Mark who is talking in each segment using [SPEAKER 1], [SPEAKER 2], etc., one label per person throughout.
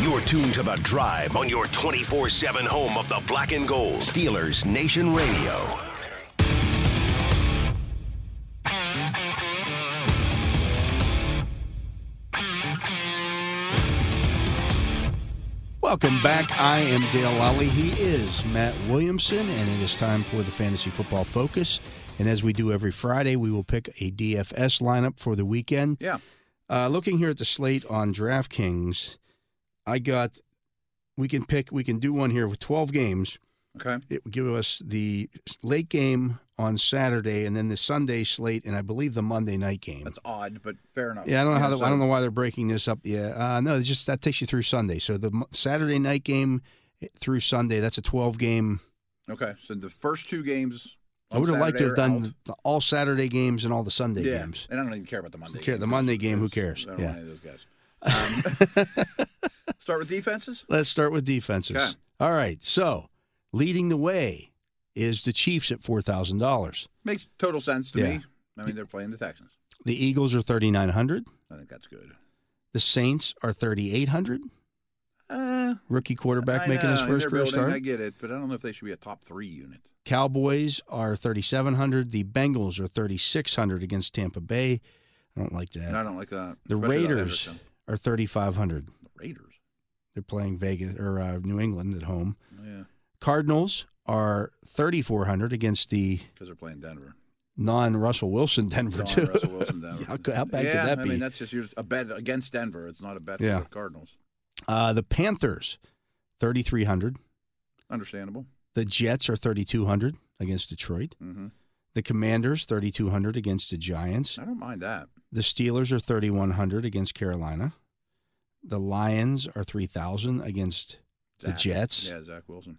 [SPEAKER 1] You're tuned to The Drive on your 24 7 home of the black and gold. Steelers Nation Radio.
[SPEAKER 2] Welcome back. I am Dale Lally. He is Matt Williamson, and it is time for the Fantasy Football Focus. And as we do every Friday, we will pick a DFS lineup for the weekend.
[SPEAKER 3] Yeah.
[SPEAKER 2] Uh, looking here at the slate on DraftKings, I got we can pick we can do one here with 12 games.
[SPEAKER 3] Okay.
[SPEAKER 2] It will give us the late game on Saturday, and then the Sunday slate, and I believe the Monday night game.
[SPEAKER 3] That's odd, but fair enough.
[SPEAKER 2] Yeah, I don't know how. the-
[SPEAKER 3] so-
[SPEAKER 2] I don't know why they're breaking this up. Yeah, uh, no, it's just that takes you through Sunday. So the Mo- Saturday night game eh, through Sunday, that's a twelve game.
[SPEAKER 3] Okay. So the first two games.
[SPEAKER 2] I would have liked to have done
[SPEAKER 3] the
[SPEAKER 2] the, all Saturday games and all the Sunday
[SPEAKER 3] yeah.
[SPEAKER 2] games.
[SPEAKER 3] And I don't even care about the Monday.
[SPEAKER 2] Care-
[SPEAKER 3] game
[SPEAKER 2] the Monday
[SPEAKER 3] because
[SPEAKER 2] game, who
[SPEAKER 3] it's-
[SPEAKER 2] cares?
[SPEAKER 3] I don't
[SPEAKER 2] Yeah.
[SPEAKER 3] want any of those guys. Um, start with defenses.
[SPEAKER 2] Let's start with defenses.
[SPEAKER 3] Okay.
[SPEAKER 2] All right, so leading the way is the Chiefs at four thousand dollars.
[SPEAKER 3] Makes total sense to
[SPEAKER 2] Yeah.
[SPEAKER 3] me. I mean, they're playing the Texans.
[SPEAKER 2] The Eagles are thirty nine hundred.
[SPEAKER 3] I think that's good.
[SPEAKER 2] The Saints are thirty eight hundred.
[SPEAKER 3] Uh,
[SPEAKER 2] Rookie quarterback
[SPEAKER 3] I
[SPEAKER 2] making his
[SPEAKER 3] know, in
[SPEAKER 2] first
[SPEAKER 3] their
[SPEAKER 2] career
[SPEAKER 3] building,
[SPEAKER 2] start.
[SPEAKER 3] I get it, but I don't know if they should be a top three unit.
[SPEAKER 2] Cowboys are 3,700. The Bengals are 3,600 against Tampa Bay. I don't like that.
[SPEAKER 3] And I don't like that.
[SPEAKER 2] the
[SPEAKER 3] especially without
[SPEAKER 2] Raiders
[SPEAKER 3] Ederson.
[SPEAKER 2] are 3,500.
[SPEAKER 3] The Raiders.
[SPEAKER 2] They're playing Vegas or uh, New England at home.
[SPEAKER 3] Yeah,
[SPEAKER 2] Cardinals are 3,400 against the
[SPEAKER 3] because they're playing Denver.
[SPEAKER 2] non-Russell Wilson Denver
[SPEAKER 3] Don
[SPEAKER 2] too.
[SPEAKER 3] Russell Wilson Denver.
[SPEAKER 2] how, co- how bad
[SPEAKER 3] yeah,
[SPEAKER 2] could that
[SPEAKER 3] I
[SPEAKER 2] be?
[SPEAKER 3] mean, that's just you're a bet against Denver. It's not a bet
[SPEAKER 2] Yeah.
[SPEAKER 3] for the Cardinals.
[SPEAKER 2] uh, the Panthers 3,300.
[SPEAKER 3] Understandable.
[SPEAKER 2] The Jets are 3,200 against Detroit.
[SPEAKER 3] hmm
[SPEAKER 2] The Commanders 3,200 against the Giants.
[SPEAKER 3] I don't mind that.
[SPEAKER 2] The Steelers are 3,100 against Carolina. The Lions are 3,000 against The
[SPEAKER 3] Zach.
[SPEAKER 2] Jets?
[SPEAKER 3] Yeah, Zach Wilson.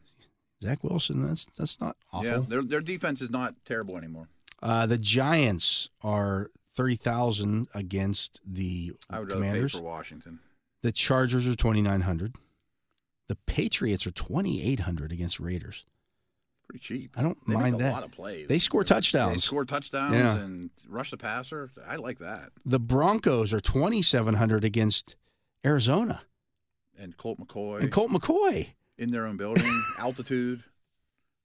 [SPEAKER 2] Zach Wilson. That's that's not awful.
[SPEAKER 3] Yeah, their their defense is not terrible anymore.
[SPEAKER 2] Uh, the Giants are 3,000 against the
[SPEAKER 3] I would rather
[SPEAKER 2] Commanders.
[SPEAKER 3] pay for Washington.
[SPEAKER 2] The Chargers are 2,900. The Patriots are 2,800 against Raiders.
[SPEAKER 3] Pretty cheap.
[SPEAKER 2] I don't
[SPEAKER 3] They
[SPEAKER 2] mind
[SPEAKER 3] make a
[SPEAKER 2] that.
[SPEAKER 3] lot of plays.
[SPEAKER 2] They score
[SPEAKER 3] They
[SPEAKER 2] touchdowns.
[SPEAKER 3] score touchdowns
[SPEAKER 2] Yeah.
[SPEAKER 3] and rush the passer. I like that.
[SPEAKER 2] The Broncos are 2,700 against Arizona.
[SPEAKER 3] And Colt McCoy
[SPEAKER 2] And Colt McCoy.
[SPEAKER 3] in their own building, altitude.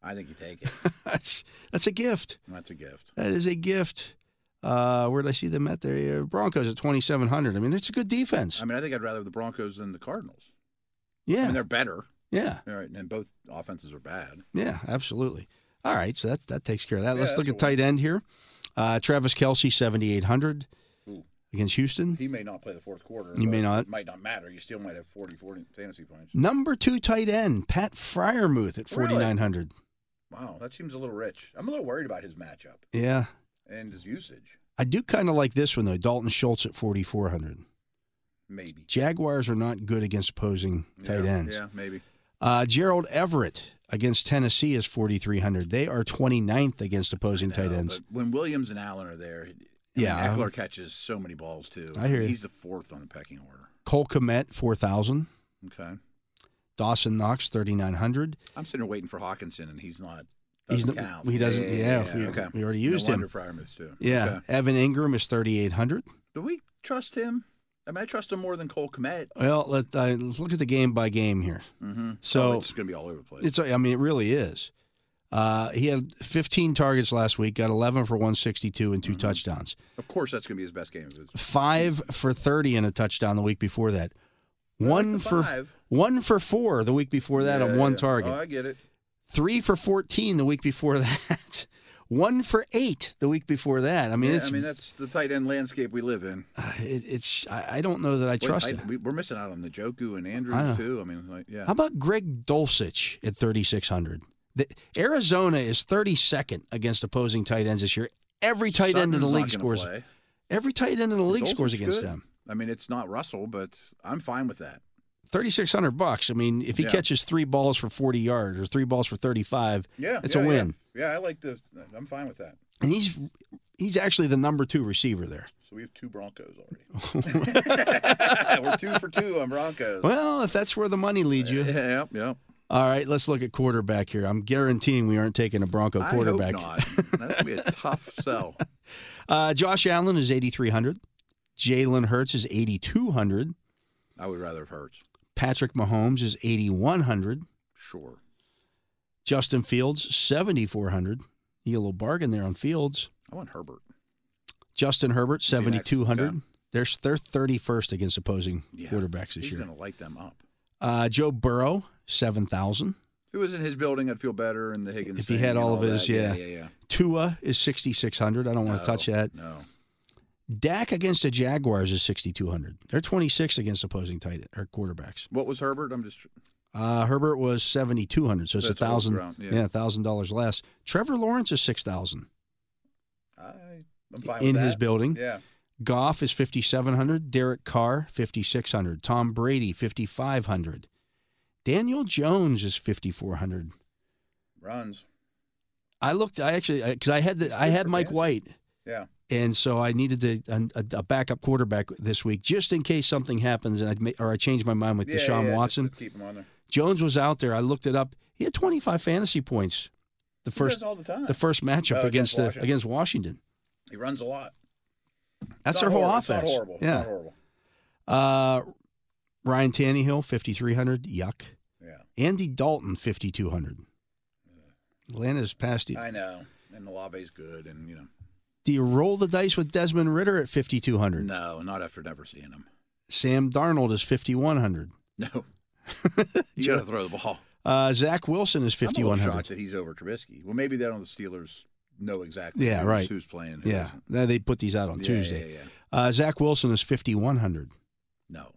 [SPEAKER 3] I think you take it.
[SPEAKER 2] That's that's a gift.
[SPEAKER 3] That's a gift.
[SPEAKER 2] That is a gift. Uh, where did I see them at? The Broncos at 2,700. I mean, it's a good defense.
[SPEAKER 3] I mean, I think I'd rather have the Broncos than the Cardinals. I
[SPEAKER 2] yeah.
[SPEAKER 3] mean, they're better.
[SPEAKER 2] yeah.
[SPEAKER 3] All right, and both offenses are bad.
[SPEAKER 2] Yeah, absolutely. All right, so that's that takes care of that.
[SPEAKER 3] Yeah,
[SPEAKER 2] Let's look
[SPEAKER 3] that's
[SPEAKER 2] at tight end here. Uh, Travis Kelsey, seventy eight hundred
[SPEAKER 3] Ooh.
[SPEAKER 2] against Houston.
[SPEAKER 3] He may not play the fourth quarter.
[SPEAKER 2] He may
[SPEAKER 3] but
[SPEAKER 2] not.
[SPEAKER 3] It might not matter. You still might have 40, 40 fantasy points.
[SPEAKER 2] Number two tight end Pat Fryermuth at
[SPEAKER 3] Really?
[SPEAKER 2] forty nine hundred.
[SPEAKER 3] Wow, that seems a little rich. I'm a little worried about his matchup
[SPEAKER 2] Yeah,
[SPEAKER 3] and his usage.
[SPEAKER 2] I do kind of like this one though. Dalton Schultz at forty four hundred.
[SPEAKER 3] Maybe
[SPEAKER 2] Jaguars are not good against opposing tight
[SPEAKER 3] Yeah,
[SPEAKER 2] ends.
[SPEAKER 3] Yeah, maybe.
[SPEAKER 2] Uh, Gerald Everett against Tennessee is forty three hundred. They are 29th against opposing tight
[SPEAKER 3] No,
[SPEAKER 2] ends.
[SPEAKER 3] but when Williams and Allen are there, yeah,
[SPEAKER 2] Yeah, I
[SPEAKER 3] mean, Eckler
[SPEAKER 2] don't-
[SPEAKER 3] catches so many balls too.
[SPEAKER 2] I hear you.
[SPEAKER 3] He's the fourth on the pecking order.
[SPEAKER 2] Cole Komet four thousand.
[SPEAKER 3] Okay,
[SPEAKER 2] Dawson Knox thirty nine hundred.
[SPEAKER 3] I'm sitting there waiting for Hawkinson, and he's not.
[SPEAKER 2] He's
[SPEAKER 3] Doesn't
[SPEAKER 2] not-
[SPEAKER 3] count.
[SPEAKER 2] he doesn't- yeah, we-
[SPEAKER 3] okay.
[SPEAKER 2] we already used
[SPEAKER 3] no
[SPEAKER 2] him.
[SPEAKER 3] wonder Fryer missed, too.
[SPEAKER 2] Yeah,
[SPEAKER 3] Okay.
[SPEAKER 2] Evan Ingram is thirty eight hundred.
[SPEAKER 3] Do we trust him? I mean, I trust him more than Cole Komet.
[SPEAKER 2] Well, let, uh, let's look at the game by game here.
[SPEAKER 3] Mm-hmm.
[SPEAKER 2] So-
[SPEAKER 3] it's going to be all over the place.
[SPEAKER 2] It's I mean it really is. Uh, he had 15 targets last week, got 11 for 162 and 2
[SPEAKER 3] Mm-hmm.
[SPEAKER 2] touchdowns.
[SPEAKER 3] of course, that's going to be his best game. If it's
[SPEAKER 2] Five for 30 and a touchdown the week before that.
[SPEAKER 3] I like
[SPEAKER 2] One
[SPEAKER 3] the
[SPEAKER 2] for
[SPEAKER 3] five.
[SPEAKER 2] one for four the week before that
[SPEAKER 3] Yeah,
[SPEAKER 2] on one
[SPEAKER 3] yeah.
[SPEAKER 2] target.
[SPEAKER 3] Oh, I get it.
[SPEAKER 2] Three for 14 the week before that. one for eight the week before that. I mean,
[SPEAKER 3] Yeah,
[SPEAKER 2] it's
[SPEAKER 3] I mean, that's the tight end landscape we live in.
[SPEAKER 2] uh, it, it's I, I don't know that I
[SPEAKER 3] Boy,
[SPEAKER 2] trust
[SPEAKER 3] tight-
[SPEAKER 2] him.
[SPEAKER 3] we, we're missing out on the Joku and
[SPEAKER 2] I know.
[SPEAKER 3] Andrews too. I mean, like, yeah.
[SPEAKER 2] How about Greg Dulcich at 3,600? The, Arizona is 32nd against opposing tight ends this year. Every tight end in the
[SPEAKER 3] Sutton's not
[SPEAKER 2] league
[SPEAKER 3] gonna
[SPEAKER 2] scores.
[SPEAKER 3] play.
[SPEAKER 2] Every tight end in the league
[SPEAKER 3] Dulcich's
[SPEAKER 2] scores against
[SPEAKER 3] good.
[SPEAKER 2] them.
[SPEAKER 3] I mean, it's not Russell, but I'm fine with that.
[SPEAKER 2] 3,600 bucks. I mean, if he
[SPEAKER 3] Yeah.
[SPEAKER 2] catches three balls for 40 yards or three balls for 35,
[SPEAKER 3] Yeah,
[SPEAKER 2] it's
[SPEAKER 3] yeah,
[SPEAKER 2] a
[SPEAKER 3] yeah.
[SPEAKER 2] win.
[SPEAKER 3] Yeah. I like the. I'm fine with that.
[SPEAKER 2] And he's he's actually the number two receiver there.
[SPEAKER 3] So we have two Broncos already. we're two for two on Broncos.
[SPEAKER 2] Well, if that's where the money leads you.
[SPEAKER 3] Yep, yep.
[SPEAKER 2] All right, let's look at quarterback here. I'm guaranteeing we aren't taking a Bronco quarterback.
[SPEAKER 3] I hope not. That's gonna be a tough sell.
[SPEAKER 2] Uh, Josh Allen is 8,300. Jalen Hurts is 8,200.
[SPEAKER 3] I would rather have Hurts.
[SPEAKER 2] Patrick Mahomes is 8,100.
[SPEAKER 3] Sure.
[SPEAKER 2] Justin Fields, 7,400. You get a little bargain there on Fields.
[SPEAKER 3] I want Herbert.
[SPEAKER 2] Justin Herbert,
[SPEAKER 3] See that?
[SPEAKER 2] 7,200. They're, they're 31st against opposing
[SPEAKER 3] Yeah.
[SPEAKER 2] quarterbacks this
[SPEAKER 3] He's
[SPEAKER 2] year.
[SPEAKER 3] going to light them up.
[SPEAKER 2] Uh, Joe Burrow, 7,000.
[SPEAKER 3] If it was in his building, I'd feel better. And the Higgins.
[SPEAKER 2] If he
[SPEAKER 3] thing
[SPEAKER 2] had
[SPEAKER 3] and
[SPEAKER 2] all of his,
[SPEAKER 3] that.
[SPEAKER 2] yeah.
[SPEAKER 3] yeah, yeah.
[SPEAKER 2] Tua is 6,600. I don't want to
[SPEAKER 3] No,
[SPEAKER 2] touch that.
[SPEAKER 3] No.
[SPEAKER 2] Dak against the Jaguars is 6,200. They're 26th against opposing tight or quarterbacks.
[SPEAKER 3] What was Herbert? I'm just.
[SPEAKER 2] Uh, Herbert was 7,200, so it's a
[SPEAKER 3] That's all
[SPEAKER 2] thousand,
[SPEAKER 3] around, yeah.
[SPEAKER 2] yeah, thousand dollars less. Trevor Lawrence is 6,000
[SPEAKER 3] I, I'm fine
[SPEAKER 2] in
[SPEAKER 3] with
[SPEAKER 2] his
[SPEAKER 3] that.
[SPEAKER 2] building.
[SPEAKER 3] Yeah.
[SPEAKER 2] Goff is 5,700. Derek Carr, 5,600. Tom Brady, 5,500. Daniel Jones is 5,400.
[SPEAKER 3] Runs.
[SPEAKER 2] I looked, I actually, because I had the,
[SPEAKER 3] That's
[SPEAKER 2] I
[SPEAKER 3] good
[SPEAKER 2] had
[SPEAKER 3] for
[SPEAKER 2] Mike
[SPEAKER 3] fantasy.
[SPEAKER 2] White,
[SPEAKER 3] Yeah.
[SPEAKER 2] and so I needed to, a, a- a backup quarterback this week just in case something happens and I would or I changed my mind with
[SPEAKER 3] yeah, yeah,
[SPEAKER 2] Deshaun
[SPEAKER 3] yeah, just
[SPEAKER 2] Watson.
[SPEAKER 3] to keep him on there.
[SPEAKER 2] Jones was out there. I looked it up. He had 25 fantasy points the
[SPEAKER 3] He does
[SPEAKER 2] first
[SPEAKER 3] all the time.
[SPEAKER 2] the first matchup
[SPEAKER 3] Oh,
[SPEAKER 2] against
[SPEAKER 3] against
[SPEAKER 2] the
[SPEAKER 3] Washington.
[SPEAKER 2] against Washington.
[SPEAKER 3] he runs a lot.
[SPEAKER 2] That's
[SPEAKER 3] It's
[SPEAKER 2] their
[SPEAKER 3] not
[SPEAKER 2] whole
[SPEAKER 3] horrible. It's
[SPEAKER 2] offense.
[SPEAKER 3] not horrible. It's
[SPEAKER 2] Yeah.
[SPEAKER 3] Not horrible.
[SPEAKER 2] Uh, Ryan Tannehill 5300. Yuck.
[SPEAKER 3] Yeah.
[SPEAKER 2] Andy Dalton 5200. Atlanta's past you.
[SPEAKER 3] I know. And Olave's good, and you know,
[SPEAKER 2] Do you roll the dice with Desmond Ritter at 5200?
[SPEAKER 3] no, not after never seeing him.
[SPEAKER 2] Sam Darnold is 5100.
[SPEAKER 3] No, you got to throw the ball.
[SPEAKER 2] Uh, Zach Wilson is
[SPEAKER 3] I'm a little
[SPEAKER 2] 5100.
[SPEAKER 3] shocked that he's over Trubisky. Well, maybe they don't. The Steelers know exactly.
[SPEAKER 2] Yeah,
[SPEAKER 3] who's,
[SPEAKER 2] right.
[SPEAKER 3] Who's playing? and Who
[SPEAKER 2] Yeah,
[SPEAKER 3] isn't.
[SPEAKER 2] now they put these out on
[SPEAKER 3] Yeah,
[SPEAKER 2] Tuesday.
[SPEAKER 3] Yeah, yeah.
[SPEAKER 2] Uh, Zach Wilson is 5,100.
[SPEAKER 3] No,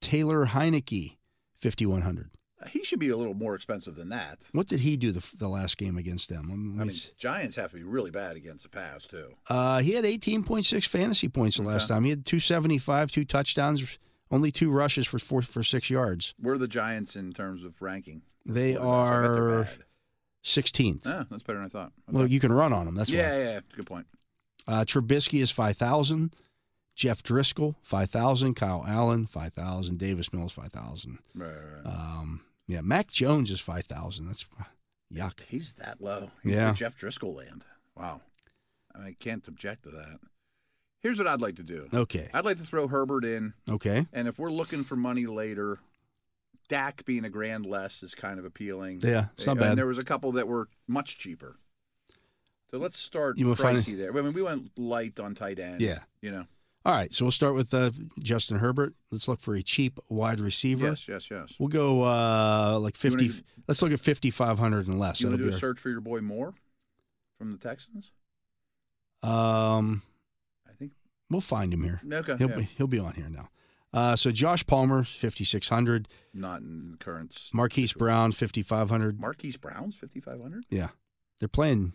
[SPEAKER 2] Taylor Heineke, 5,100.
[SPEAKER 3] he should be a little more expensive than that.
[SPEAKER 2] What did he do the, the last game against them? Let me- let
[SPEAKER 3] I
[SPEAKER 2] me
[SPEAKER 3] mean,
[SPEAKER 2] see.
[SPEAKER 3] Giants have to be really bad against the pass too.
[SPEAKER 2] uh, he had 18.6 fantasy points the last
[SPEAKER 3] Okay.
[SPEAKER 2] time. He had 275, two touchdowns, only two rushes for four, for six yards.
[SPEAKER 3] Where are the Giants in terms of ranking?
[SPEAKER 2] They
[SPEAKER 3] Quarterbacks? I bet they're
[SPEAKER 2] are
[SPEAKER 3] bad.
[SPEAKER 2] 16th.
[SPEAKER 3] Ah, that's better than I thought. Okay.
[SPEAKER 2] Well, you can run on them. That's
[SPEAKER 3] yeah,
[SPEAKER 2] why.
[SPEAKER 3] yeah, yeah. Good point.
[SPEAKER 2] Uh, Trubisky is 5,000. Jeff Driscoll, 5,000. Kyle Allen, 5,000. Davis Mills, 5,000.
[SPEAKER 3] Right, right, right.
[SPEAKER 2] Um, yeah, Mac Jones is 5,000. That's yuck.
[SPEAKER 3] He's that low. He's
[SPEAKER 2] Yeah.
[SPEAKER 3] the Jeff Driscoll land. Wow. I can't object to that. Here's what I'd like to do.
[SPEAKER 2] Okay.
[SPEAKER 3] I'd like to throw Herbert in,
[SPEAKER 2] Okay.
[SPEAKER 3] and if we're looking for money later, Dak being a grand less is kind of appealing.
[SPEAKER 2] Yeah, it's not
[SPEAKER 3] and
[SPEAKER 2] bad.
[SPEAKER 3] there was a couple that were much cheaper. So let's start
[SPEAKER 2] You wanna find
[SPEAKER 3] pricey there. I mean, we went light on tight end.
[SPEAKER 2] Yeah.
[SPEAKER 3] You know.
[SPEAKER 2] All right. So we'll start with uh, Justin Herbert. Let's look for a cheap wide receiver.
[SPEAKER 3] Yes, yes, yes.
[SPEAKER 2] We'll go uh, like
[SPEAKER 3] You wanna
[SPEAKER 2] 50.
[SPEAKER 3] do-
[SPEAKER 2] let's look at 5,500 and less.
[SPEAKER 3] you want
[SPEAKER 2] That'll
[SPEAKER 3] to do a
[SPEAKER 2] be
[SPEAKER 3] search for your boy Moore from the Texans?
[SPEAKER 2] our- um,
[SPEAKER 3] I think.
[SPEAKER 2] we'll find him here.
[SPEAKER 3] Okay.
[SPEAKER 2] He'll,
[SPEAKER 3] yeah.
[SPEAKER 2] be, he'll be on here now. Uh, so Josh Palmer, 5,600.
[SPEAKER 3] Not in the current. s-
[SPEAKER 2] Marquise
[SPEAKER 3] situation.
[SPEAKER 2] Brown, 5,500.
[SPEAKER 3] Marquise Brown's 5,500?
[SPEAKER 2] yeah. They're playing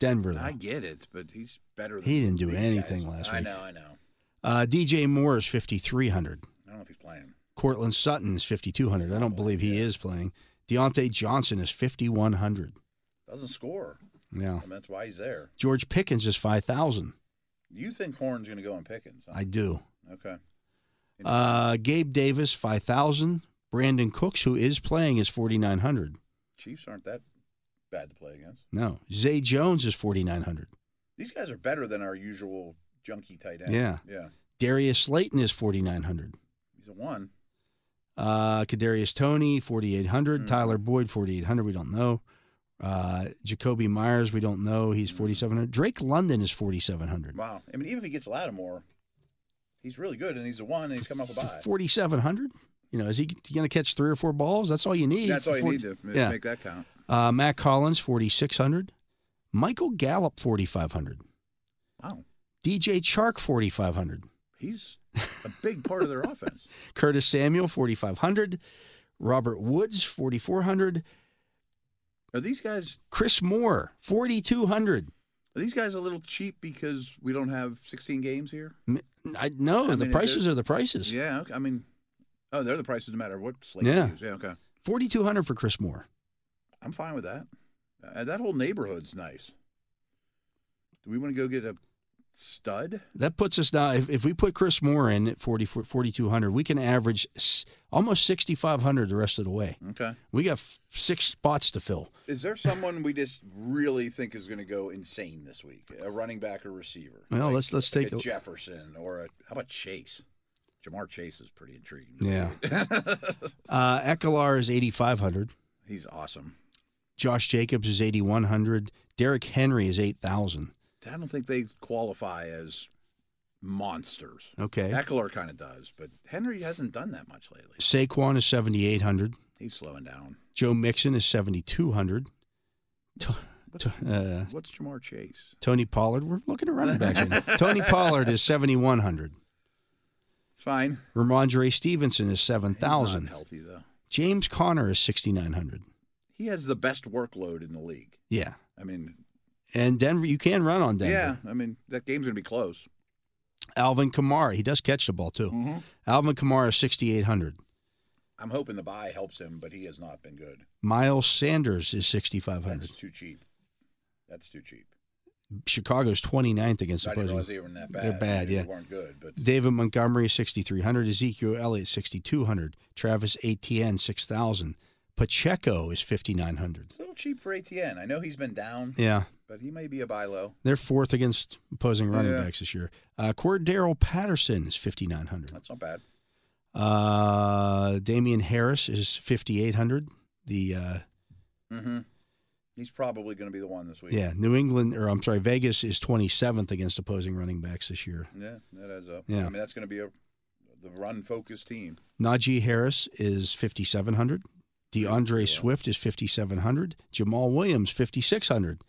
[SPEAKER 2] Denver,
[SPEAKER 3] I
[SPEAKER 2] though.
[SPEAKER 3] get it, but he's better than
[SPEAKER 2] He didn't do
[SPEAKER 3] these
[SPEAKER 2] anything
[SPEAKER 3] guys.
[SPEAKER 2] last
[SPEAKER 3] I
[SPEAKER 2] week.
[SPEAKER 3] know, I know.
[SPEAKER 2] Uh, DJ Moore is 5,300.
[SPEAKER 3] I don't know if he's playing.
[SPEAKER 2] Cortland Sutton is 5,200. I don't believe he is playing. Deontay Johnson is 5,100.
[SPEAKER 3] Doesn't score.
[SPEAKER 2] Yeah.
[SPEAKER 3] I mean, that's why he's there.
[SPEAKER 2] George Pickens is 5,000.
[SPEAKER 3] You think Horn's going to go on Pickens? huh?
[SPEAKER 2] I do.
[SPEAKER 3] okay.
[SPEAKER 2] Uh, Gabe Davis, 5,000. Brandon Cooks, who is playing, is 4,900.
[SPEAKER 3] Chiefs aren't that bad to play against.
[SPEAKER 2] No. Zay Jones is 4,900.
[SPEAKER 3] These guys are better than our usual junky tight end.
[SPEAKER 2] Yeah.
[SPEAKER 3] Yeah.
[SPEAKER 2] Darius Slayton is 4,900.
[SPEAKER 3] He's a one.
[SPEAKER 2] Uh, Kadarius Tony,
[SPEAKER 3] Hmm.
[SPEAKER 2] 4,800. Tyler Boyd, 4,800. We don't know. Uh, Jacoby Myers, we don't know. He's 4,700. Drake London is 4,700.
[SPEAKER 3] Wow. I mean, even if he gets Lattimore, he's really good, and he's a one, and he's come off a bye.
[SPEAKER 2] 4,700? You know, is he going to catch three or four balls? That's all you need.
[SPEAKER 3] That's all you
[SPEAKER 2] for-
[SPEAKER 3] need to m-
[SPEAKER 2] yeah.
[SPEAKER 3] make that count.
[SPEAKER 2] Uh, Matt Collins, 4,600. Michael Gallup, 4,500.
[SPEAKER 3] Wow.
[SPEAKER 2] DJ Chark, 4,500.
[SPEAKER 3] He's a big part of their offense.
[SPEAKER 2] Curtis Samuel, 4,500. Robert Woods, 4,400.
[SPEAKER 3] Are these guys
[SPEAKER 2] Chris Moore, 4,200.
[SPEAKER 3] Are these guys a little cheap because we don't have 16 games here?
[SPEAKER 2] M- I No,
[SPEAKER 3] I
[SPEAKER 2] the
[SPEAKER 3] mean, it
[SPEAKER 2] prices
[SPEAKER 3] is-
[SPEAKER 2] are the prices.
[SPEAKER 3] Yeah, okay. I mean, oh, they're the prices no matter what slate you
[SPEAKER 2] Yeah.
[SPEAKER 3] use. Yeah, okay.
[SPEAKER 2] 4,200 for Chris Moore.
[SPEAKER 3] I'm fine with that. Uh, that whole neighborhood's nice. Do we want to go get a stud?
[SPEAKER 2] That puts us down. If, if we put Chris Moore in at 40, 4,200, we can average s- almost 6,500 the rest of the way.
[SPEAKER 3] Okay.
[SPEAKER 2] We got f- six spots to fill.
[SPEAKER 3] Is there someone we just really think is going to go insane this week? A running back or receiver?
[SPEAKER 2] Well, let's- let's
[SPEAKER 3] like
[SPEAKER 2] take
[SPEAKER 3] a
[SPEAKER 2] a-
[SPEAKER 3] Jefferson or a how about Chase? Jamar Chase is pretty intriguing.
[SPEAKER 2] Yeah. Uh, Ekalar is 8,500.
[SPEAKER 3] He's awesome.
[SPEAKER 2] Josh Jacobs is 8,100. Derrick Henry is 8,000.
[SPEAKER 3] I don't think they qualify as monsters.
[SPEAKER 2] Okay.
[SPEAKER 3] Eckler kind of does, but Henry hasn't done that much lately.
[SPEAKER 2] Saquon is 7,800.
[SPEAKER 3] He's slowing down.
[SPEAKER 2] Joe Mixon is 7,200. To-
[SPEAKER 3] What's,
[SPEAKER 2] to- uh,
[SPEAKER 3] what's Jamar Chase?
[SPEAKER 2] Tony Pollard, we're looking at running backs. right now. Tony Pollard is 7,100.
[SPEAKER 3] It's fine.
[SPEAKER 2] Ramondre Stevenson is
[SPEAKER 3] He's not
[SPEAKER 2] 7,000.
[SPEAKER 3] healthy though.
[SPEAKER 2] James Conner is 6,900.
[SPEAKER 3] He has the best workload in the league.
[SPEAKER 2] Yeah.
[SPEAKER 3] I mean,
[SPEAKER 2] And Denver, you can run on Denver.
[SPEAKER 3] yeah. I mean, that game's gonna be close.
[SPEAKER 2] Alvin Kamara, he does catch the ball too.
[SPEAKER 3] Mm-hmm.
[SPEAKER 2] Alvin Kamara, 6,800.
[SPEAKER 3] I'm hoping the buy helps him, but he has not been good.
[SPEAKER 2] Miles Sanders is 6,500.
[SPEAKER 3] That's too cheap. That's too cheap.
[SPEAKER 2] Chicago's 29th against
[SPEAKER 3] I didn't
[SPEAKER 2] opposing.
[SPEAKER 3] realize they were that bad.
[SPEAKER 2] They're bad,
[SPEAKER 3] They
[SPEAKER 2] yeah.
[SPEAKER 3] weren't good, but
[SPEAKER 2] David Montgomery, 6,300. Ezekiel Elliott, 6,200. Travis Etienne, 6,000. Pacheco is 5,900.
[SPEAKER 3] it's a little cheap for ATN. I know he's been down,
[SPEAKER 2] Yeah,
[SPEAKER 3] but he may be a buy low.
[SPEAKER 2] they're fourth against opposing running
[SPEAKER 3] Yeah.
[SPEAKER 2] backs this year. Uh, Cordero Patterson is 5,900.
[SPEAKER 3] That's not bad.
[SPEAKER 2] Uh, Damian Harris is 5,800. The uh,
[SPEAKER 3] Mm-hmm. He's probably going to be the one this week.
[SPEAKER 2] yeah, New England or I'm sorry, Vegas is 27th against opposing running backs this year.
[SPEAKER 3] Yeah, that adds up.
[SPEAKER 2] Yeah.
[SPEAKER 3] I mean, that's going to be a the run focused team.
[SPEAKER 2] Najee Harris is 5,700. DeAndre Swift is 5,700. Jamal Williams, 5,600.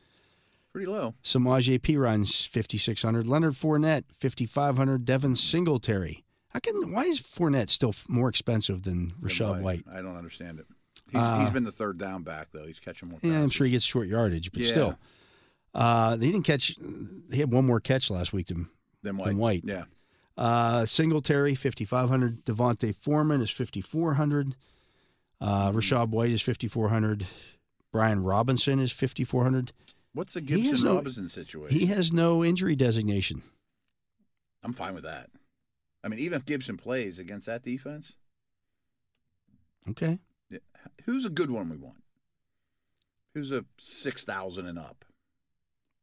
[SPEAKER 3] Pretty low.
[SPEAKER 2] Samaje Perine, 5,600. Leonard Fournette, 5,500. Devin Singletary. I can, why is Fournette still f- more expensive than Rashad
[SPEAKER 3] Why?
[SPEAKER 2] White? Uh,
[SPEAKER 3] I don't understand it. He's, he's been the third down back though. He's catching more.
[SPEAKER 2] Yeah, I'm
[SPEAKER 3] passes.
[SPEAKER 2] sure he gets short yardage, but
[SPEAKER 3] Yeah.
[SPEAKER 2] still. Uh, they didn't catch, he had one more catch last week. Than,
[SPEAKER 3] Then White.
[SPEAKER 2] than White.
[SPEAKER 3] Yeah.
[SPEAKER 2] uh, Singletary, 5,500. Devontae Foreman is 5,400.
[SPEAKER 3] Hmm.
[SPEAKER 2] Uh, Rashad White is 5,400. Brian Robinson is 5,400.
[SPEAKER 3] What's the
[SPEAKER 2] He has
[SPEAKER 3] Gibson
[SPEAKER 2] no-
[SPEAKER 3] Robinson situation?
[SPEAKER 2] He has no injury designation.
[SPEAKER 3] I'm fine with that. I mean, even if Gibson plays against that defense,
[SPEAKER 2] Okay.
[SPEAKER 3] yeah, who's a good one we want? Who's a six thousand and up?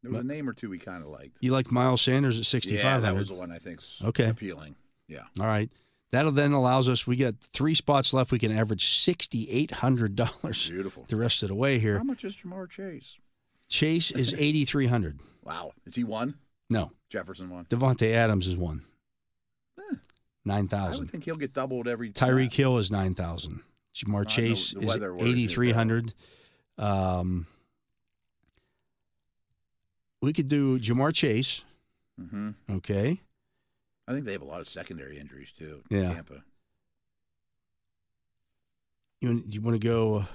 [SPEAKER 3] There was a name or two we kind of liked.
[SPEAKER 2] You like Miles Sanders at
[SPEAKER 3] Yeah, that
[SPEAKER 2] 6,500.
[SPEAKER 3] was the one I think's
[SPEAKER 2] Okay.
[SPEAKER 3] appealing. Yeah.
[SPEAKER 2] All right. That'll then allows us, we got three spots left. We can average $6,800
[SPEAKER 3] Beautiful.
[SPEAKER 2] the rest of the way here.
[SPEAKER 3] How much is Jamar Chase?
[SPEAKER 2] Chase is 8,300.
[SPEAKER 3] Wow. Is he one?
[SPEAKER 2] No.
[SPEAKER 3] Jefferson one.
[SPEAKER 2] Devontae Adams is one.
[SPEAKER 3] Eh, I would
[SPEAKER 2] 9,000.
[SPEAKER 3] think he'll get doubled every time.
[SPEAKER 2] Tyreek Hill is 9,000. Jamar
[SPEAKER 3] the-
[SPEAKER 2] Chase
[SPEAKER 3] the
[SPEAKER 2] is
[SPEAKER 3] weather worries me, though.
[SPEAKER 2] 8,300. Um, we could do Jamar Chase.
[SPEAKER 3] Mhm.
[SPEAKER 2] Okay.
[SPEAKER 3] I think they have a lot of secondary injuries too.
[SPEAKER 2] Yeah.
[SPEAKER 3] Tampa.
[SPEAKER 2] You, do you want to go?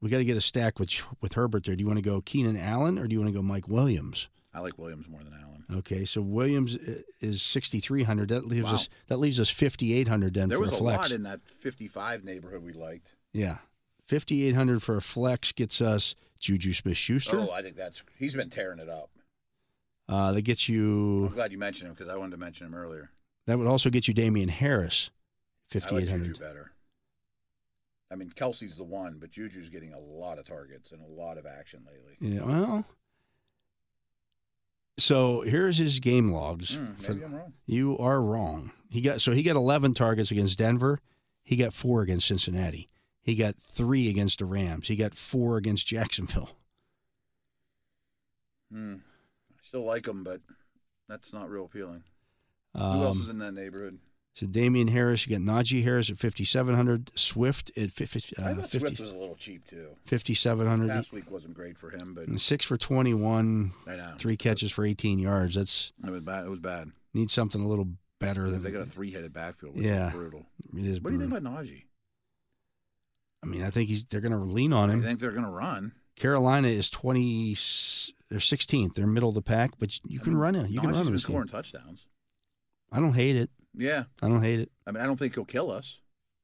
[SPEAKER 2] We got to get a stack with with Herbert there. Do you want to go Keenan Allen or do you want to go Mike Williams?
[SPEAKER 3] I like Williams more than Allen.
[SPEAKER 2] Okay, so Williams i- is 6,300. That leaves
[SPEAKER 3] Wow.
[SPEAKER 2] us that leaves us 5,800 then
[SPEAKER 3] There
[SPEAKER 2] for
[SPEAKER 3] was
[SPEAKER 2] a
[SPEAKER 3] a
[SPEAKER 2] flex.
[SPEAKER 3] lot in that 55 neighborhood we liked.
[SPEAKER 2] yeah, 5,800 for a flex gets us Juju Smith-Schuster.
[SPEAKER 3] Oh, I think that's he's been tearing it up.
[SPEAKER 2] Uh, that gets
[SPEAKER 3] I'm
[SPEAKER 2] you.
[SPEAKER 3] glad you mentioned him because I wanted to mention him earlier.
[SPEAKER 2] That would also get you Damian Harris,
[SPEAKER 3] I like
[SPEAKER 2] 5,800.
[SPEAKER 3] Juju better. I mean, Kelsey's the one, but Juju's getting a lot of targets and a lot of action lately.
[SPEAKER 2] yeah, well. So here's his game logs.
[SPEAKER 3] Hmm,
[SPEAKER 2] for-
[SPEAKER 3] maybe I'm wrong.
[SPEAKER 2] You are wrong. He got so he got 11 targets against Denver. He got four against Cincinnati. He got three against the Rams. He got four against Jacksonville.
[SPEAKER 3] Hmm. I still like him, but that's not real appealing. Who else is
[SPEAKER 2] Um,
[SPEAKER 3] in that neighborhood?
[SPEAKER 2] so Damian Harris, you got Najee Harris at 5,700. Swift at 50,
[SPEAKER 3] I
[SPEAKER 2] uh,
[SPEAKER 3] thought
[SPEAKER 2] 50
[SPEAKER 3] Swift was a little cheap too.
[SPEAKER 2] 5,700.
[SPEAKER 3] Last week wasn't great for him, but
[SPEAKER 2] And Six for 21,
[SPEAKER 3] I know
[SPEAKER 2] three catches for 18 yards. That's
[SPEAKER 3] It was bad. It was bad.
[SPEAKER 2] needs something a little better than
[SPEAKER 3] They got a three-headed backfield, which
[SPEAKER 2] Yeah.
[SPEAKER 3] is brutal.
[SPEAKER 2] it is.
[SPEAKER 3] What do you think
[SPEAKER 2] brutal.
[SPEAKER 3] about Najee?
[SPEAKER 2] I mean, I think he's they're going to lean on
[SPEAKER 3] I
[SPEAKER 2] him.
[SPEAKER 3] think they're going to run.
[SPEAKER 2] Carolina is 20 they're 16th. They're middle of the pack, but you
[SPEAKER 3] I
[SPEAKER 2] can
[SPEAKER 3] mean,
[SPEAKER 2] run it. You can
[SPEAKER 3] Najee's
[SPEAKER 2] run him.
[SPEAKER 3] been
[SPEAKER 2] this team.
[SPEAKER 3] scoring touchdowns.
[SPEAKER 2] I don't hate it.
[SPEAKER 3] Yeah,
[SPEAKER 2] I don't hate it.
[SPEAKER 3] I mean, I don't think he'll kill us.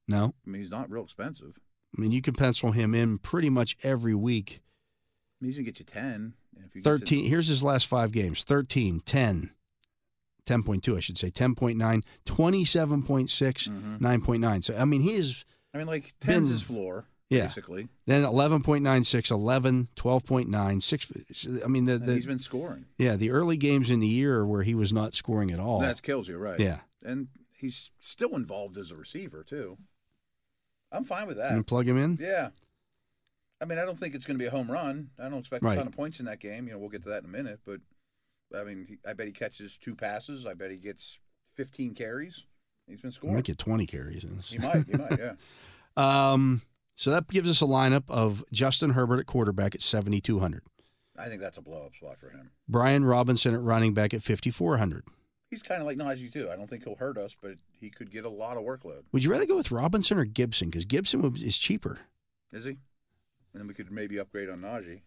[SPEAKER 2] No.
[SPEAKER 3] I mean, he's not real expensive.
[SPEAKER 2] I mean, you can pencil him in pretty much every week.
[SPEAKER 3] I mean, he's going to get you ten. And if you get
[SPEAKER 2] 13. Here's his last five games 13, 10, 10.2, I should say, 10.9, 27.6,
[SPEAKER 3] Mhm.
[SPEAKER 2] 9.9. So, I mean, he is
[SPEAKER 3] I mean, like ten's
[SPEAKER 2] Then-
[SPEAKER 3] his floor.
[SPEAKER 2] Yeah.
[SPEAKER 3] basically.
[SPEAKER 2] then 11.96, 11, 12.9, 6. I mean, Uh, the,
[SPEAKER 3] And he's
[SPEAKER 2] the
[SPEAKER 3] been scoring.
[SPEAKER 2] yeah, the early games in the year where he was not scoring at all.
[SPEAKER 3] That kills you, right?
[SPEAKER 2] Oh. Yeah.
[SPEAKER 3] and he's still involved as a receiver too. I'm fine with
[SPEAKER 2] And
[SPEAKER 3] that.
[SPEAKER 2] plug him in.
[SPEAKER 3] Yeah. I mean, I don't think it's going to be a home run. I don't expect
[SPEAKER 2] Right.
[SPEAKER 3] a ton of points in that game. You know, we'll get to that in a minute. But I mean, he, I bet he catches two passes. I bet he gets 15 carries. He's been
[SPEAKER 2] He might
[SPEAKER 3] scoring.
[SPEAKER 2] get 20 carries. in this.
[SPEAKER 3] He might. He might. Yeah.
[SPEAKER 2] Um, so that gives us a lineup of Justin Herbert at quarterback at 7,200,
[SPEAKER 3] I think that's a blow up spot for him.
[SPEAKER 2] Brian Robinson at running back at 5,400.
[SPEAKER 3] He's kind of like Najee too. I don't think he'll hurt us, but he could get a lot of workload.
[SPEAKER 2] Would you rather go with Robinson or Gibson? Because Gibson was, is cheaper.
[SPEAKER 3] Is he? And then we could maybe upgrade on Najee.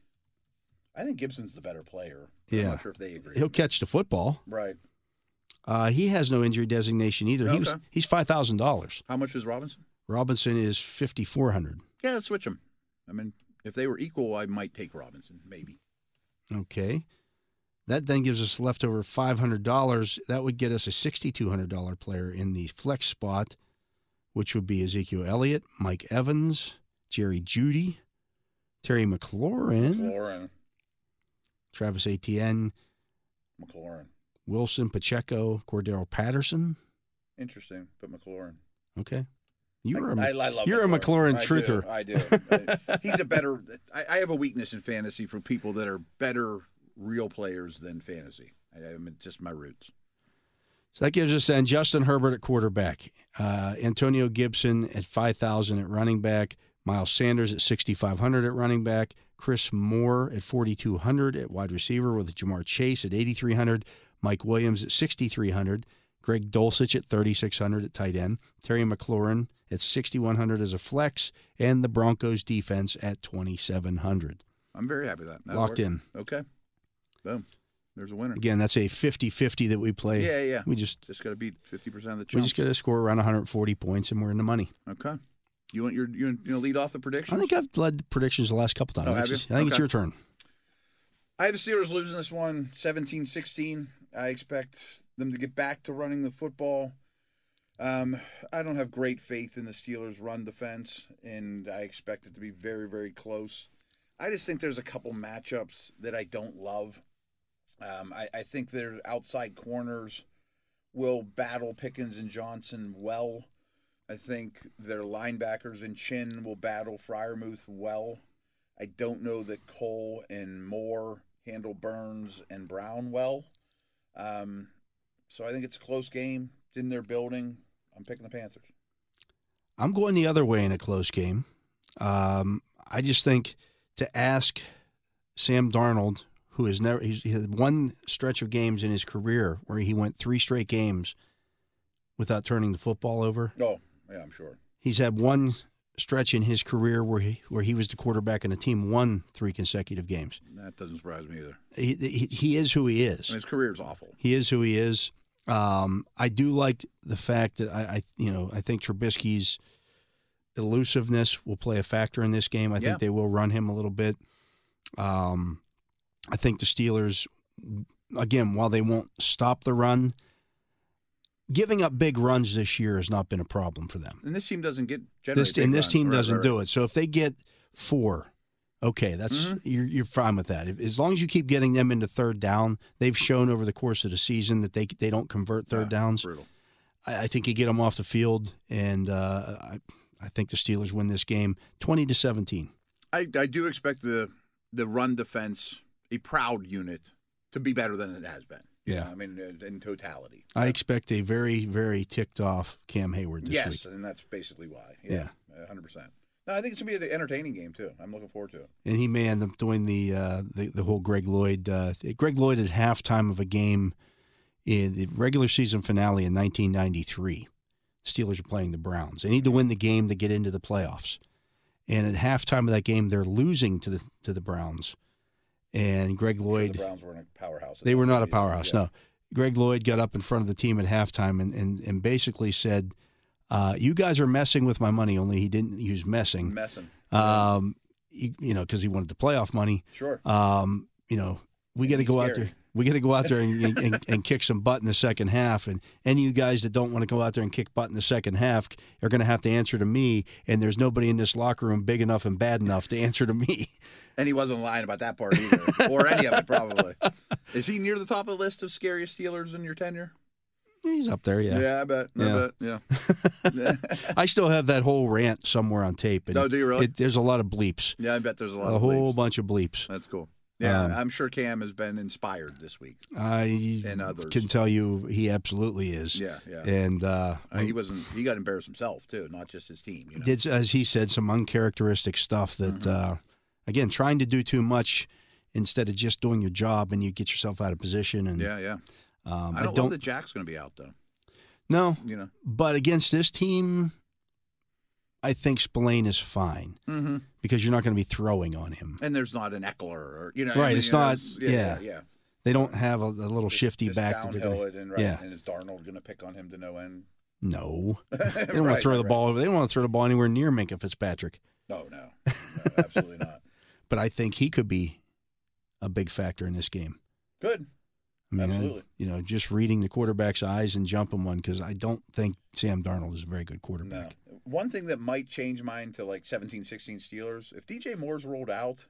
[SPEAKER 3] I think Gibson's the better player. I'm
[SPEAKER 2] Yeah.
[SPEAKER 3] not sure if they agree.
[SPEAKER 2] He'll catch the football.
[SPEAKER 3] right.
[SPEAKER 2] Uh, he has no injury designation either. He was,
[SPEAKER 3] Okay.
[SPEAKER 2] he's five thousand dollars.
[SPEAKER 3] How much is Robinson?
[SPEAKER 2] Robinson is fifty four hundred.
[SPEAKER 3] Yeah, let's switch him. I mean, if they were equal, I might take Robinson, maybe.
[SPEAKER 2] Okay, that then gives us leftover five hundred dollars. That would get us a sixty two hundred dollar player in the flex spot, which would be Ezekiel Elliott, Mike Evans, Jerry Judy, Terry McLaurin,
[SPEAKER 3] McLaurin.
[SPEAKER 2] Travis Etienne,
[SPEAKER 3] McLaurin.
[SPEAKER 2] Wilson Pacheco, Cordero Patterson.
[SPEAKER 3] Interesting, but McLaurin.
[SPEAKER 2] Okay, you are a,
[SPEAKER 3] I, I, I love
[SPEAKER 2] you're a McLaurin
[SPEAKER 3] I do,
[SPEAKER 2] truther.
[SPEAKER 3] I do. I- he's a better. I, I have a weakness in fantasy for people that are better real players than fantasy. I, I mean, just my roots.
[SPEAKER 2] So that gives us then Justin Herbert at quarterback, uh, Antonio Gibson at 5,000 at running back, Miles Sanders at 6,500 at running back, Chris Moore at 4,200 at wide receiver with Jamar Chase at 8,300, Mike Williams at 6,300, Greg Dulcich at 3,600 at tight end, Terry McLaurin at 6,100 as a flex, and the Broncos defense at 2,700.
[SPEAKER 3] I'm very happy with that. That
[SPEAKER 2] Locked
[SPEAKER 3] worked.
[SPEAKER 2] in.
[SPEAKER 3] Okay. Boom. There's a winner.
[SPEAKER 2] Again, that's a 50 50 that we play.
[SPEAKER 3] Yeah, yeah.
[SPEAKER 2] We just.
[SPEAKER 3] Just got to beat 50% of the
[SPEAKER 2] We
[SPEAKER 3] chance.
[SPEAKER 2] just got to score around 140 points, and we're in the money.
[SPEAKER 3] Okay. You want your you want- you know lead off the prediction?
[SPEAKER 2] I think I've led the predictions the last couple times.
[SPEAKER 3] Oh, have
[SPEAKER 2] It's
[SPEAKER 3] you?
[SPEAKER 2] just- I think it's
[SPEAKER 3] Okay.
[SPEAKER 2] your turn.
[SPEAKER 3] I have the Steelers losing this one 17-16. I expect them to get back to running the football. Um, I don't have great faith in the Steelers run defense and I expect it to be very very close. I just think there's a couple matchups that I don't love. Um, I, I think their outside corners will battle Pickens and Johnson well. I think their linebackers and Chin will battle Fryermuth well. I don't know that Cole and Moore handle Burns and Brown well. Um, so I think it's a close game. It's in their building. I'm picking the Panthers.
[SPEAKER 2] I'm going the other way in a close game. Um, I just think to ask Sam Darnold, who has never he's, he had one stretch of games in his career where he went three straight games without turning the football over.
[SPEAKER 3] Oh, yeah, I'm sure.
[SPEAKER 2] He's had one stretch in his career where he where he was the quarterback and the team won three consecutive games.
[SPEAKER 3] That doesn't surprise me either.
[SPEAKER 2] He he, he is who he is.
[SPEAKER 3] I mean, his career's awful.
[SPEAKER 2] He is who he is. Um, I do like the fact that I, I, you know, I think Trubisky's elusiveness will play a factor in this game. I
[SPEAKER 3] Yeah.
[SPEAKER 2] think they will run him a little bit. Um, I think the Steelers, again, while they won't stop the run, giving up big runs this year has not been a problem for them.
[SPEAKER 3] And this team doesn't get generally
[SPEAKER 2] This and this team doesn't do it. So if they get four, okay, that's you're, you're fine with that. If- As long as you keep getting them into third down, they've shown over the course of the season that they they don't convert third downs.
[SPEAKER 3] Brutal.
[SPEAKER 2] I, I think you get them off the field, and uh, I I think the Steelers win this game twenty to seventeen.
[SPEAKER 3] I, I do expect the the run defense, a proud unit, to be better than it has been. You
[SPEAKER 2] Yeah.
[SPEAKER 3] know, I mean, uh, in totality.
[SPEAKER 2] I expect a very very ticked off Cam Hayward this
[SPEAKER 3] yes,
[SPEAKER 2] week.
[SPEAKER 3] and that's basically why. Yeah, hundred percent. No, I think it's gonna be an entertaining game too. I'm looking forward to it.
[SPEAKER 2] and he may end up doing the uh, the, the whole Greg Lloyd. Uh, Greg Lloyd at halftime of a game in the regular season finale in 1993. Steelers are playing the Browns. They need to win the game to get into the playoffs. And at halftime of that game, they're losing to the to the Browns. And Greg
[SPEAKER 3] Sure,
[SPEAKER 2] Lloyd,
[SPEAKER 3] the Browns weren't a powerhouse. at
[SPEAKER 2] they
[SPEAKER 3] that
[SPEAKER 2] were not
[SPEAKER 3] time
[SPEAKER 2] a
[SPEAKER 3] either.
[SPEAKER 2] powerhouse.
[SPEAKER 3] Yeah.
[SPEAKER 2] No, Greg Lloyd got up in front of the team at halftime and and, and basically said, uh, "You guys are messing with my money." Only he didn't use messing.
[SPEAKER 3] messing.
[SPEAKER 2] Um, you, you know, because he wanted the playoff money
[SPEAKER 3] Sure.
[SPEAKER 2] um, you know, we
[SPEAKER 3] And
[SPEAKER 2] got to
[SPEAKER 3] he's
[SPEAKER 2] go out
[SPEAKER 3] scary.
[SPEAKER 2] there. We got to go out there and, and- and, and kick some butt in the second half. And any of you guys that don't want to go out there and kick butt in the second half are going to have to answer to me. And there's nobody in this locker room big enough and bad enough to answer to me.
[SPEAKER 3] And he wasn't lying about that part either, or any of it probably. Is he near the top of the list of scariest Steelers in your tenure?
[SPEAKER 2] He's up there, yeah.
[SPEAKER 3] Yeah, I bet.
[SPEAKER 2] Yeah.
[SPEAKER 3] I bet. Yeah.
[SPEAKER 2] I still have that whole rant somewhere on tape. And
[SPEAKER 3] no, Oh, do you really?
[SPEAKER 2] it, there's a lot of bleeps,
[SPEAKER 3] yeah, I bet there's a lot
[SPEAKER 2] a
[SPEAKER 3] of
[SPEAKER 2] whole
[SPEAKER 3] beliefs.
[SPEAKER 2] bunch of bleeps.
[SPEAKER 3] That's cool. Yeah,
[SPEAKER 2] Um,
[SPEAKER 3] I'm sure Cam has been inspired this week.
[SPEAKER 2] I
[SPEAKER 3] And others.
[SPEAKER 2] can tell you he absolutely is.
[SPEAKER 3] Yeah, yeah.
[SPEAKER 2] And uh,
[SPEAKER 3] Uh, he wasn't. He got embarrassed himself too, not just his team. You know?
[SPEAKER 2] did, as he said, some uncharacteristic stuff that,
[SPEAKER 3] Mm-hmm.
[SPEAKER 2] uh, again, trying to do too much instead of just doing your job and you get yourself out of position. And
[SPEAKER 3] Yeah, yeah.
[SPEAKER 2] um,
[SPEAKER 3] I don't, love that Jack's going to be out though.
[SPEAKER 2] no,
[SPEAKER 3] You know.
[SPEAKER 2] but against this team, I think Spillane is fine
[SPEAKER 3] Mm-hmm.
[SPEAKER 2] because you're not going to be throwing on him.
[SPEAKER 3] And there's not an Eckler or you know.
[SPEAKER 2] Right,
[SPEAKER 3] I mean,
[SPEAKER 2] it's
[SPEAKER 3] you know,
[SPEAKER 2] not-
[SPEAKER 3] it's-
[SPEAKER 2] yeah.
[SPEAKER 3] yeah. yeah.
[SPEAKER 2] They don't have a, a little
[SPEAKER 3] Just-
[SPEAKER 2] shifty
[SPEAKER 3] just
[SPEAKER 2] back. that they're
[SPEAKER 3] Downhill
[SPEAKER 2] gonna-
[SPEAKER 3] it and right.
[SPEAKER 2] yeah.
[SPEAKER 3] And is Darnold going to pick on him to no end?
[SPEAKER 2] no,
[SPEAKER 3] they
[SPEAKER 2] they don't want to throw the ball over. They don't want to throw the ball anywhere near Minka Fitzpatrick.
[SPEAKER 3] No, no, no absolutely not.
[SPEAKER 2] But I think he could be a big factor in this game.
[SPEAKER 3] Good.
[SPEAKER 2] I mean, I-
[SPEAKER 3] Absolutely.
[SPEAKER 2] you know, just reading the quarterback's eyes and jumping one because I don't think Sam Darnold is a very good
[SPEAKER 3] No.
[SPEAKER 2] quarterback.
[SPEAKER 3] One thing that might change mine to like 17, 16 Steelers, if DJ Moore's rolled out,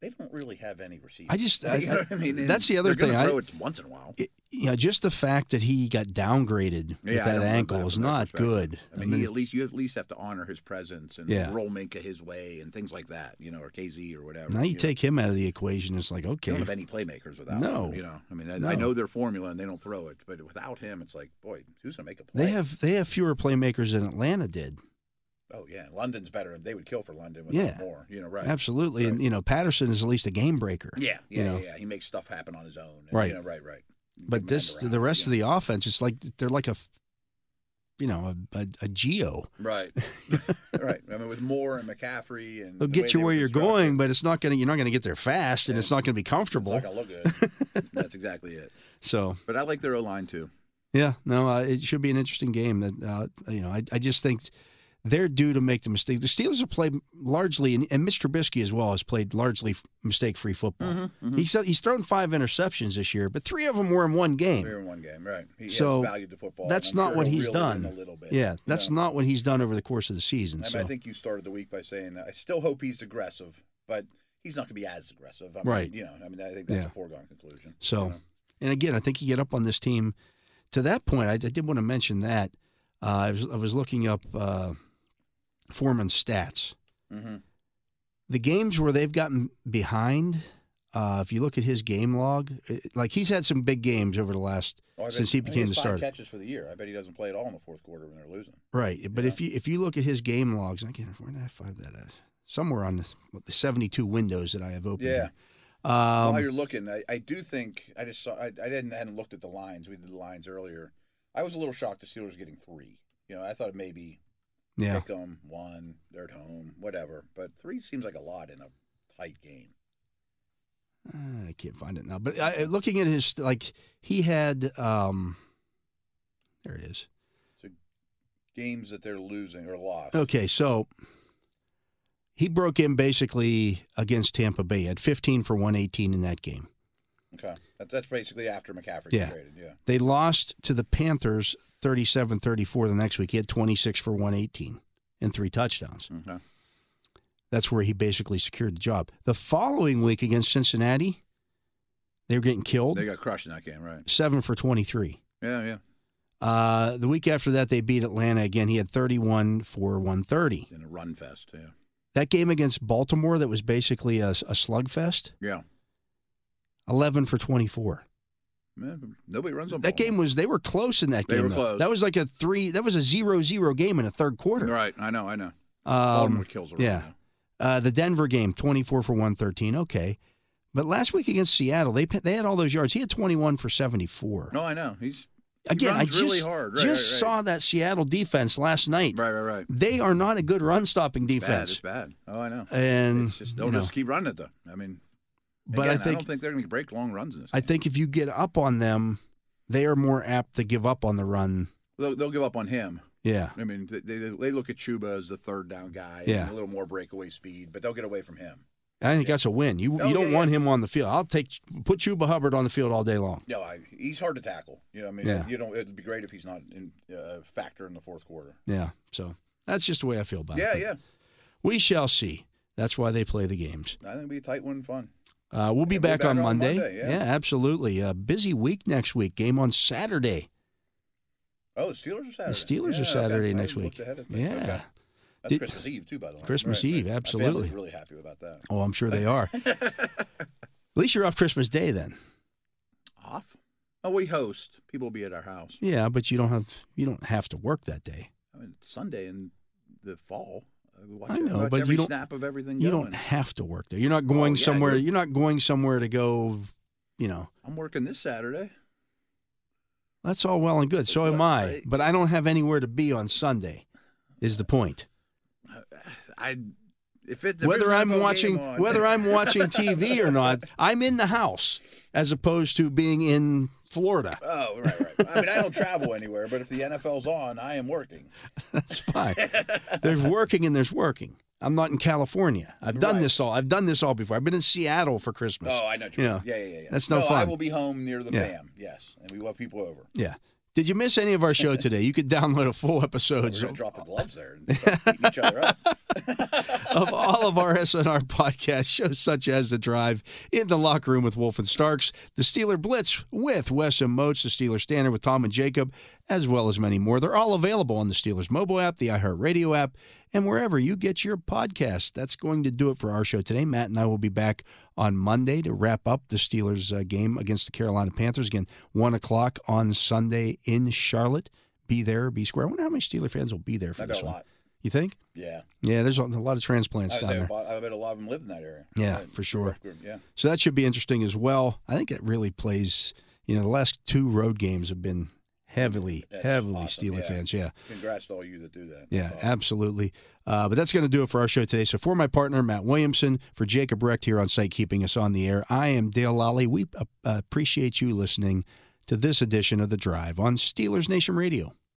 [SPEAKER 3] they don't really have any receivers.
[SPEAKER 2] I just- I-
[SPEAKER 3] you know what I mean? And
[SPEAKER 2] that's the other
[SPEAKER 3] they're gonna
[SPEAKER 2] thing. I-
[SPEAKER 3] Throw it once in a while.
[SPEAKER 2] It- you know, just the fact that he got downgraded with
[SPEAKER 3] Yeah,
[SPEAKER 2] that
[SPEAKER 3] I don't love
[SPEAKER 2] ankle
[SPEAKER 3] that
[SPEAKER 2] is
[SPEAKER 3] from that
[SPEAKER 2] not
[SPEAKER 3] perspective.
[SPEAKER 2] good.
[SPEAKER 3] I mean, he at least you at least have to honor his presence and
[SPEAKER 2] Yeah.
[SPEAKER 3] roll Minka his way and things like that, you know, or KZ or whatever.
[SPEAKER 2] now you
[SPEAKER 3] know.
[SPEAKER 2] take him out of the equation, it's like
[SPEAKER 3] You
[SPEAKER 2] okay,
[SPEAKER 3] don't have any playmakers without
[SPEAKER 2] No.
[SPEAKER 3] him. You know, I mean, I,
[SPEAKER 2] No.
[SPEAKER 3] I know their formula and they don't throw it, but without him, it's like, boy, who's gonna make a play?
[SPEAKER 2] they have they have fewer playmakers than Atlanta did.
[SPEAKER 3] oh yeah, London's better, and they would kill for London without
[SPEAKER 2] Yeah.
[SPEAKER 3] more. You know, right?
[SPEAKER 2] Absolutely, and you know Patterson is at least a game breaker.
[SPEAKER 3] Yeah, yeah,
[SPEAKER 2] you know.
[SPEAKER 3] yeah, yeah. He makes stuff happen on his own. and,
[SPEAKER 2] Right.
[SPEAKER 3] you know, right, right.
[SPEAKER 2] But this, the rest of the offense, it's like they're like a, f- you know, a, a, a geo.
[SPEAKER 3] the right, right. I mean, with Moore and McCaffrey and
[SPEAKER 2] They'll
[SPEAKER 3] the way
[SPEAKER 2] get you where
[SPEAKER 3] they were
[SPEAKER 2] you're
[SPEAKER 3] constructed,
[SPEAKER 2] going, but it's not gonna. You're not gonna get there fast, and
[SPEAKER 3] Yeah,
[SPEAKER 2] it's not
[SPEAKER 3] it's-
[SPEAKER 2] gonna be
[SPEAKER 3] It's
[SPEAKER 2] comfortable.
[SPEAKER 3] not gonna look good. That's exactly it.
[SPEAKER 2] So
[SPEAKER 3] But I like their O line too.
[SPEAKER 2] yeah, no, uh, it should be an interesting game. That uh, you know, I, I just think they're due to make the mistake. The Steelers have played largely, and, and Mitch Trubisky as well has played largely mistake-free football.
[SPEAKER 3] Mm-hmm,
[SPEAKER 2] He's he's thrown five interceptions this year, but three of them were in one game.
[SPEAKER 3] They were in one game, right? He has
[SPEAKER 2] So,
[SPEAKER 3] valued the football. and
[SPEAKER 2] that's
[SPEAKER 3] I'm
[SPEAKER 2] not
[SPEAKER 3] sure
[SPEAKER 2] what
[SPEAKER 3] he'll
[SPEAKER 2] he's
[SPEAKER 3] reel it in
[SPEAKER 2] done.
[SPEAKER 3] A little bit.
[SPEAKER 2] Yeah, that's
[SPEAKER 3] Yeah.
[SPEAKER 2] not what he's done over the course of the season.
[SPEAKER 3] I, mean,
[SPEAKER 2] so
[SPEAKER 3] I think you started the week by saying I still hope he's aggressive, but he's not going to be as aggressive. I mean,
[SPEAKER 2] Right.
[SPEAKER 3] You know, I mean, I think that's
[SPEAKER 2] Yeah.
[SPEAKER 3] a foregone conclusion.
[SPEAKER 2] So,
[SPEAKER 3] you know?
[SPEAKER 2] and again, I think you get up on this team. To that point, I, I did want to mention that uh, I, was, I was looking up uh, Foreman's stats.
[SPEAKER 3] Mhm.
[SPEAKER 2] The games where they've gotten behind, uh, if you look at his game log, it, like he's had some big games over the last
[SPEAKER 3] Oh, I bet-
[SPEAKER 2] since he
[SPEAKER 3] I think
[SPEAKER 2] became the
[SPEAKER 3] has five
[SPEAKER 2] starter.
[SPEAKER 3] catches for the year. I bet he doesn't play at all in the fourth quarter when they're losing.
[SPEAKER 2] Right, but
[SPEAKER 3] Yeah.
[SPEAKER 2] if you if you look at his game logs, and I can't where did I find that at? Somewhere on this, the seventy two windows that I have open.
[SPEAKER 3] Yeah.
[SPEAKER 2] here. Um,
[SPEAKER 3] While you're looking, I, I do think I just saw I, I didn't hadn't looked at the lines. We did the lines earlier. I was a little shocked the Steelers getting three. You know, I thought maybe
[SPEAKER 2] yeah.
[SPEAKER 3] pick 'em, one, they're at home, whatever. But three seems like a lot in a tight game.
[SPEAKER 2] Uh, I can't find it now. But I, I- looking at his, like he had, um, there it is.
[SPEAKER 3] Games that they're losing or lost.
[SPEAKER 2] Okay, so he broke in basically against Tampa Bay. He had 15 for 118 in that game.
[SPEAKER 3] Okay, that, that's basically after McCaffrey
[SPEAKER 2] Yeah.
[SPEAKER 3] got traded. Yeah.
[SPEAKER 2] They lost to the Panthers 37-34 the next week. He had 26 for 118 and three touchdowns.
[SPEAKER 3] Okay.
[SPEAKER 2] That's where he basically secured the job. The following week against Cincinnati, they were getting killed.
[SPEAKER 3] They got crushed in that game, right?
[SPEAKER 2] Seven for 23.
[SPEAKER 3] Yeah, yeah.
[SPEAKER 2] Uh, the week after that, they beat Atlanta again. He had 31 for 130.
[SPEAKER 3] In a run fest. Yeah.
[SPEAKER 2] That game against Baltimore, that was basically a, a slugfest,
[SPEAKER 3] Yeah.
[SPEAKER 2] 11 for 24.
[SPEAKER 3] Man, nobody runs on
[SPEAKER 2] That game
[SPEAKER 3] Baltimore.
[SPEAKER 2] was, they were close in that
[SPEAKER 3] They
[SPEAKER 2] game.
[SPEAKER 3] were
[SPEAKER 2] though.
[SPEAKER 3] close.
[SPEAKER 2] That was like a three, that was a zero zero game in the third quarter.
[SPEAKER 3] Right. I know. I know. Baltimore
[SPEAKER 2] Um,
[SPEAKER 3] kills a run.
[SPEAKER 2] yeah. uh, the Denver game, 24 for 113. Okay. But last week against Seattle, they they had all those yards. He had 21 for 74.
[SPEAKER 3] No, I know. He's
[SPEAKER 2] Again, I
[SPEAKER 3] runs
[SPEAKER 2] just,
[SPEAKER 3] really hard. Right,
[SPEAKER 2] just
[SPEAKER 3] right, right.
[SPEAKER 2] saw that Seattle defense last night.
[SPEAKER 3] right, right, right.
[SPEAKER 2] They are not a good run stopping
[SPEAKER 3] Bad.
[SPEAKER 2] defense.
[SPEAKER 3] It's bad. Oh, I know.
[SPEAKER 2] and
[SPEAKER 3] It's just don't
[SPEAKER 2] you know,
[SPEAKER 3] just keep running it though. I mean,
[SPEAKER 2] but
[SPEAKER 3] again,
[SPEAKER 2] I
[SPEAKER 3] don't
[SPEAKER 2] think
[SPEAKER 3] think they're going to break long runs in this.
[SPEAKER 2] I
[SPEAKER 3] game.
[SPEAKER 2] think if you get up on them, they are more apt to give up on the run.
[SPEAKER 3] they'll, they'll give up on him.
[SPEAKER 2] Yeah,
[SPEAKER 3] I mean, they, they, they look at Chuba as the third down guy. and
[SPEAKER 2] Yeah.
[SPEAKER 3] a little more breakaway speed, but they'll get away from him.
[SPEAKER 2] I think that's a win. You
[SPEAKER 3] Oh,
[SPEAKER 2] you don't
[SPEAKER 3] yeah,
[SPEAKER 2] want him on the field. I'll take put Chuba Hubbard on the field all day long.
[SPEAKER 3] No, I, he's hard to tackle. You know, what I mean,
[SPEAKER 2] Yeah.
[SPEAKER 3] you know, it'd be great if he's not in, uh, a factor in the fourth quarter.
[SPEAKER 2] Yeah, so that's just the way I feel about
[SPEAKER 3] Yeah,
[SPEAKER 2] it.
[SPEAKER 3] yeah.
[SPEAKER 2] We shall see. That's why they play the games.
[SPEAKER 3] I think it'll be a tight one, and fun.
[SPEAKER 2] Uh, we'll be
[SPEAKER 3] Yeah, we're
[SPEAKER 2] back,
[SPEAKER 3] back
[SPEAKER 2] on
[SPEAKER 3] on
[SPEAKER 2] Monday.
[SPEAKER 3] Monday, yeah.
[SPEAKER 2] absolutely. Uh, busy week next week. Game on Saturday.
[SPEAKER 3] Oh, the Steelers are Saturday.
[SPEAKER 2] Steelers are
[SPEAKER 3] Yeah, okay.
[SPEAKER 2] Saturday
[SPEAKER 3] I
[SPEAKER 2] next week.
[SPEAKER 3] looked ahead at things.
[SPEAKER 2] Yeah.
[SPEAKER 3] Okay. That's
[SPEAKER 2] Did-
[SPEAKER 3] Christmas Eve too, by the way.
[SPEAKER 2] Christmas Eve,
[SPEAKER 3] My family's
[SPEAKER 2] absolutely.
[SPEAKER 3] really happy about that.
[SPEAKER 2] Oh, I'm sure they are. At least you're off Christmas Day then.
[SPEAKER 3] Off? Oh, we host. People will be at our house.
[SPEAKER 2] Yeah, but you don't have you don't have to work that day.
[SPEAKER 3] I mean, it's Sunday in the fall. Uh, We watch,
[SPEAKER 2] I know,
[SPEAKER 3] watch
[SPEAKER 2] but
[SPEAKER 3] every
[SPEAKER 2] you don't-
[SPEAKER 3] snap of everything
[SPEAKER 2] You
[SPEAKER 3] going.
[SPEAKER 2] don't have to work there. You're not going
[SPEAKER 3] yeah,
[SPEAKER 2] somewhere.
[SPEAKER 3] you're-
[SPEAKER 2] You're not going somewhere to go. You know,
[SPEAKER 3] I'm working this Saturday.
[SPEAKER 2] that's all well and good. So am I, but I don't have anywhere to be on Sunday. Is the point?
[SPEAKER 3] I if it if there's
[SPEAKER 2] whether
[SPEAKER 3] an
[SPEAKER 2] I'm
[SPEAKER 3] NFL
[SPEAKER 2] watching
[SPEAKER 3] game on-
[SPEAKER 2] whether I'm watching TV or not, I'm in the house as opposed to being in Florida.
[SPEAKER 3] Oh, right, right. I mean, I don't travel anywhere, but if the NFL's on, I am working.
[SPEAKER 2] That's fine. there's working and there's working. I'm not in California. I've done
[SPEAKER 3] Right.
[SPEAKER 2] this all. I've done this all before. I've been in Seattle for Christmas.
[SPEAKER 3] Oh, I know. what you
[SPEAKER 2] Yeah.
[SPEAKER 3] mean. yeah, yeah, yeah, yeah.
[SPEAKER 2] That's no
[SPEAKER 3] I
[SPEAKER 2] fun.
[SPEAKER 3] will be home near the
[SPEAKER 2] Yeah.
[SPEAKER 3] fam. Yes, and we will have people over.
[SPEAKER 2] Yeah. Did you miss any of our show today? You could download a full episode
[SPEAKER 3] We're gonna drop the gloves there and start beating each other up.
[SPEAKER 2] of all of our SNR podcast shows, such as The Drive, In the Locker Room with Wolf and Starks, The Steeler Blitz with Wes and Moats, The Steeler Standard with Tom and Jacob, as well as many more. They're all available on the Steelers mobile app, the iHeartRadio app, and wherever you get your podcast. That's going to do it for our show today. Matt and I will be back on Monday to wrap up the Steelers uh, game against the Carolina Panthers. Again, 1 o'clock on Sunday in Charlotte. Be there, be square. I wonder how many Steeler fans will be there for
[SPEAKER 3] I
[SPEAKER 2] this
[SPEAKER 3] bet a
[SPEAKER 2] one.
[SPEAKER 3] lot.
[SPEAKER 2] You think?
[SPEAKER 3] Yeah,
[SPEAKER 2] Yeah, there's a lot of transplants
[SPEAKER 3] I, would
[SPEAKER 2] down
[SPEAKER 3] say
[SPEAKER 2] there.
[SPEAKER 3] a lot- I bet a lot of them live in that area.
[SPEAKER 2] Yeah,
[SPEAKER 3] Right.
[SPEAKER 2] for sure.
[SPEAKER 3] Yeah.
[SPEAKER 2] So that should be interesting as well. I think it really plays. You know, the last two road games have been heavily,
[SPEAKER 3] That's
[SPEAKER 2] heavily
[SPEAKER 3] awesome,
[SPEAKER 2] Steeler
[SPEAKER 3] yeah.
[SPEAKER 2] fans. Yeah,
[SPEAKER 3] Congrats to all you that do that.
[SPEAKER 2] yeah,
[SPEAKER 3] That's awesome.
[SPEAKER 2] absolutely. Uh, but that's going to do it for our show today. So for my partner Matt Williamson, for Jacob Recht here on site keeping us on the air, I am Dale Lally. We uh, appreciate you listening to this edition of the Drive on Steelers Nation Radio.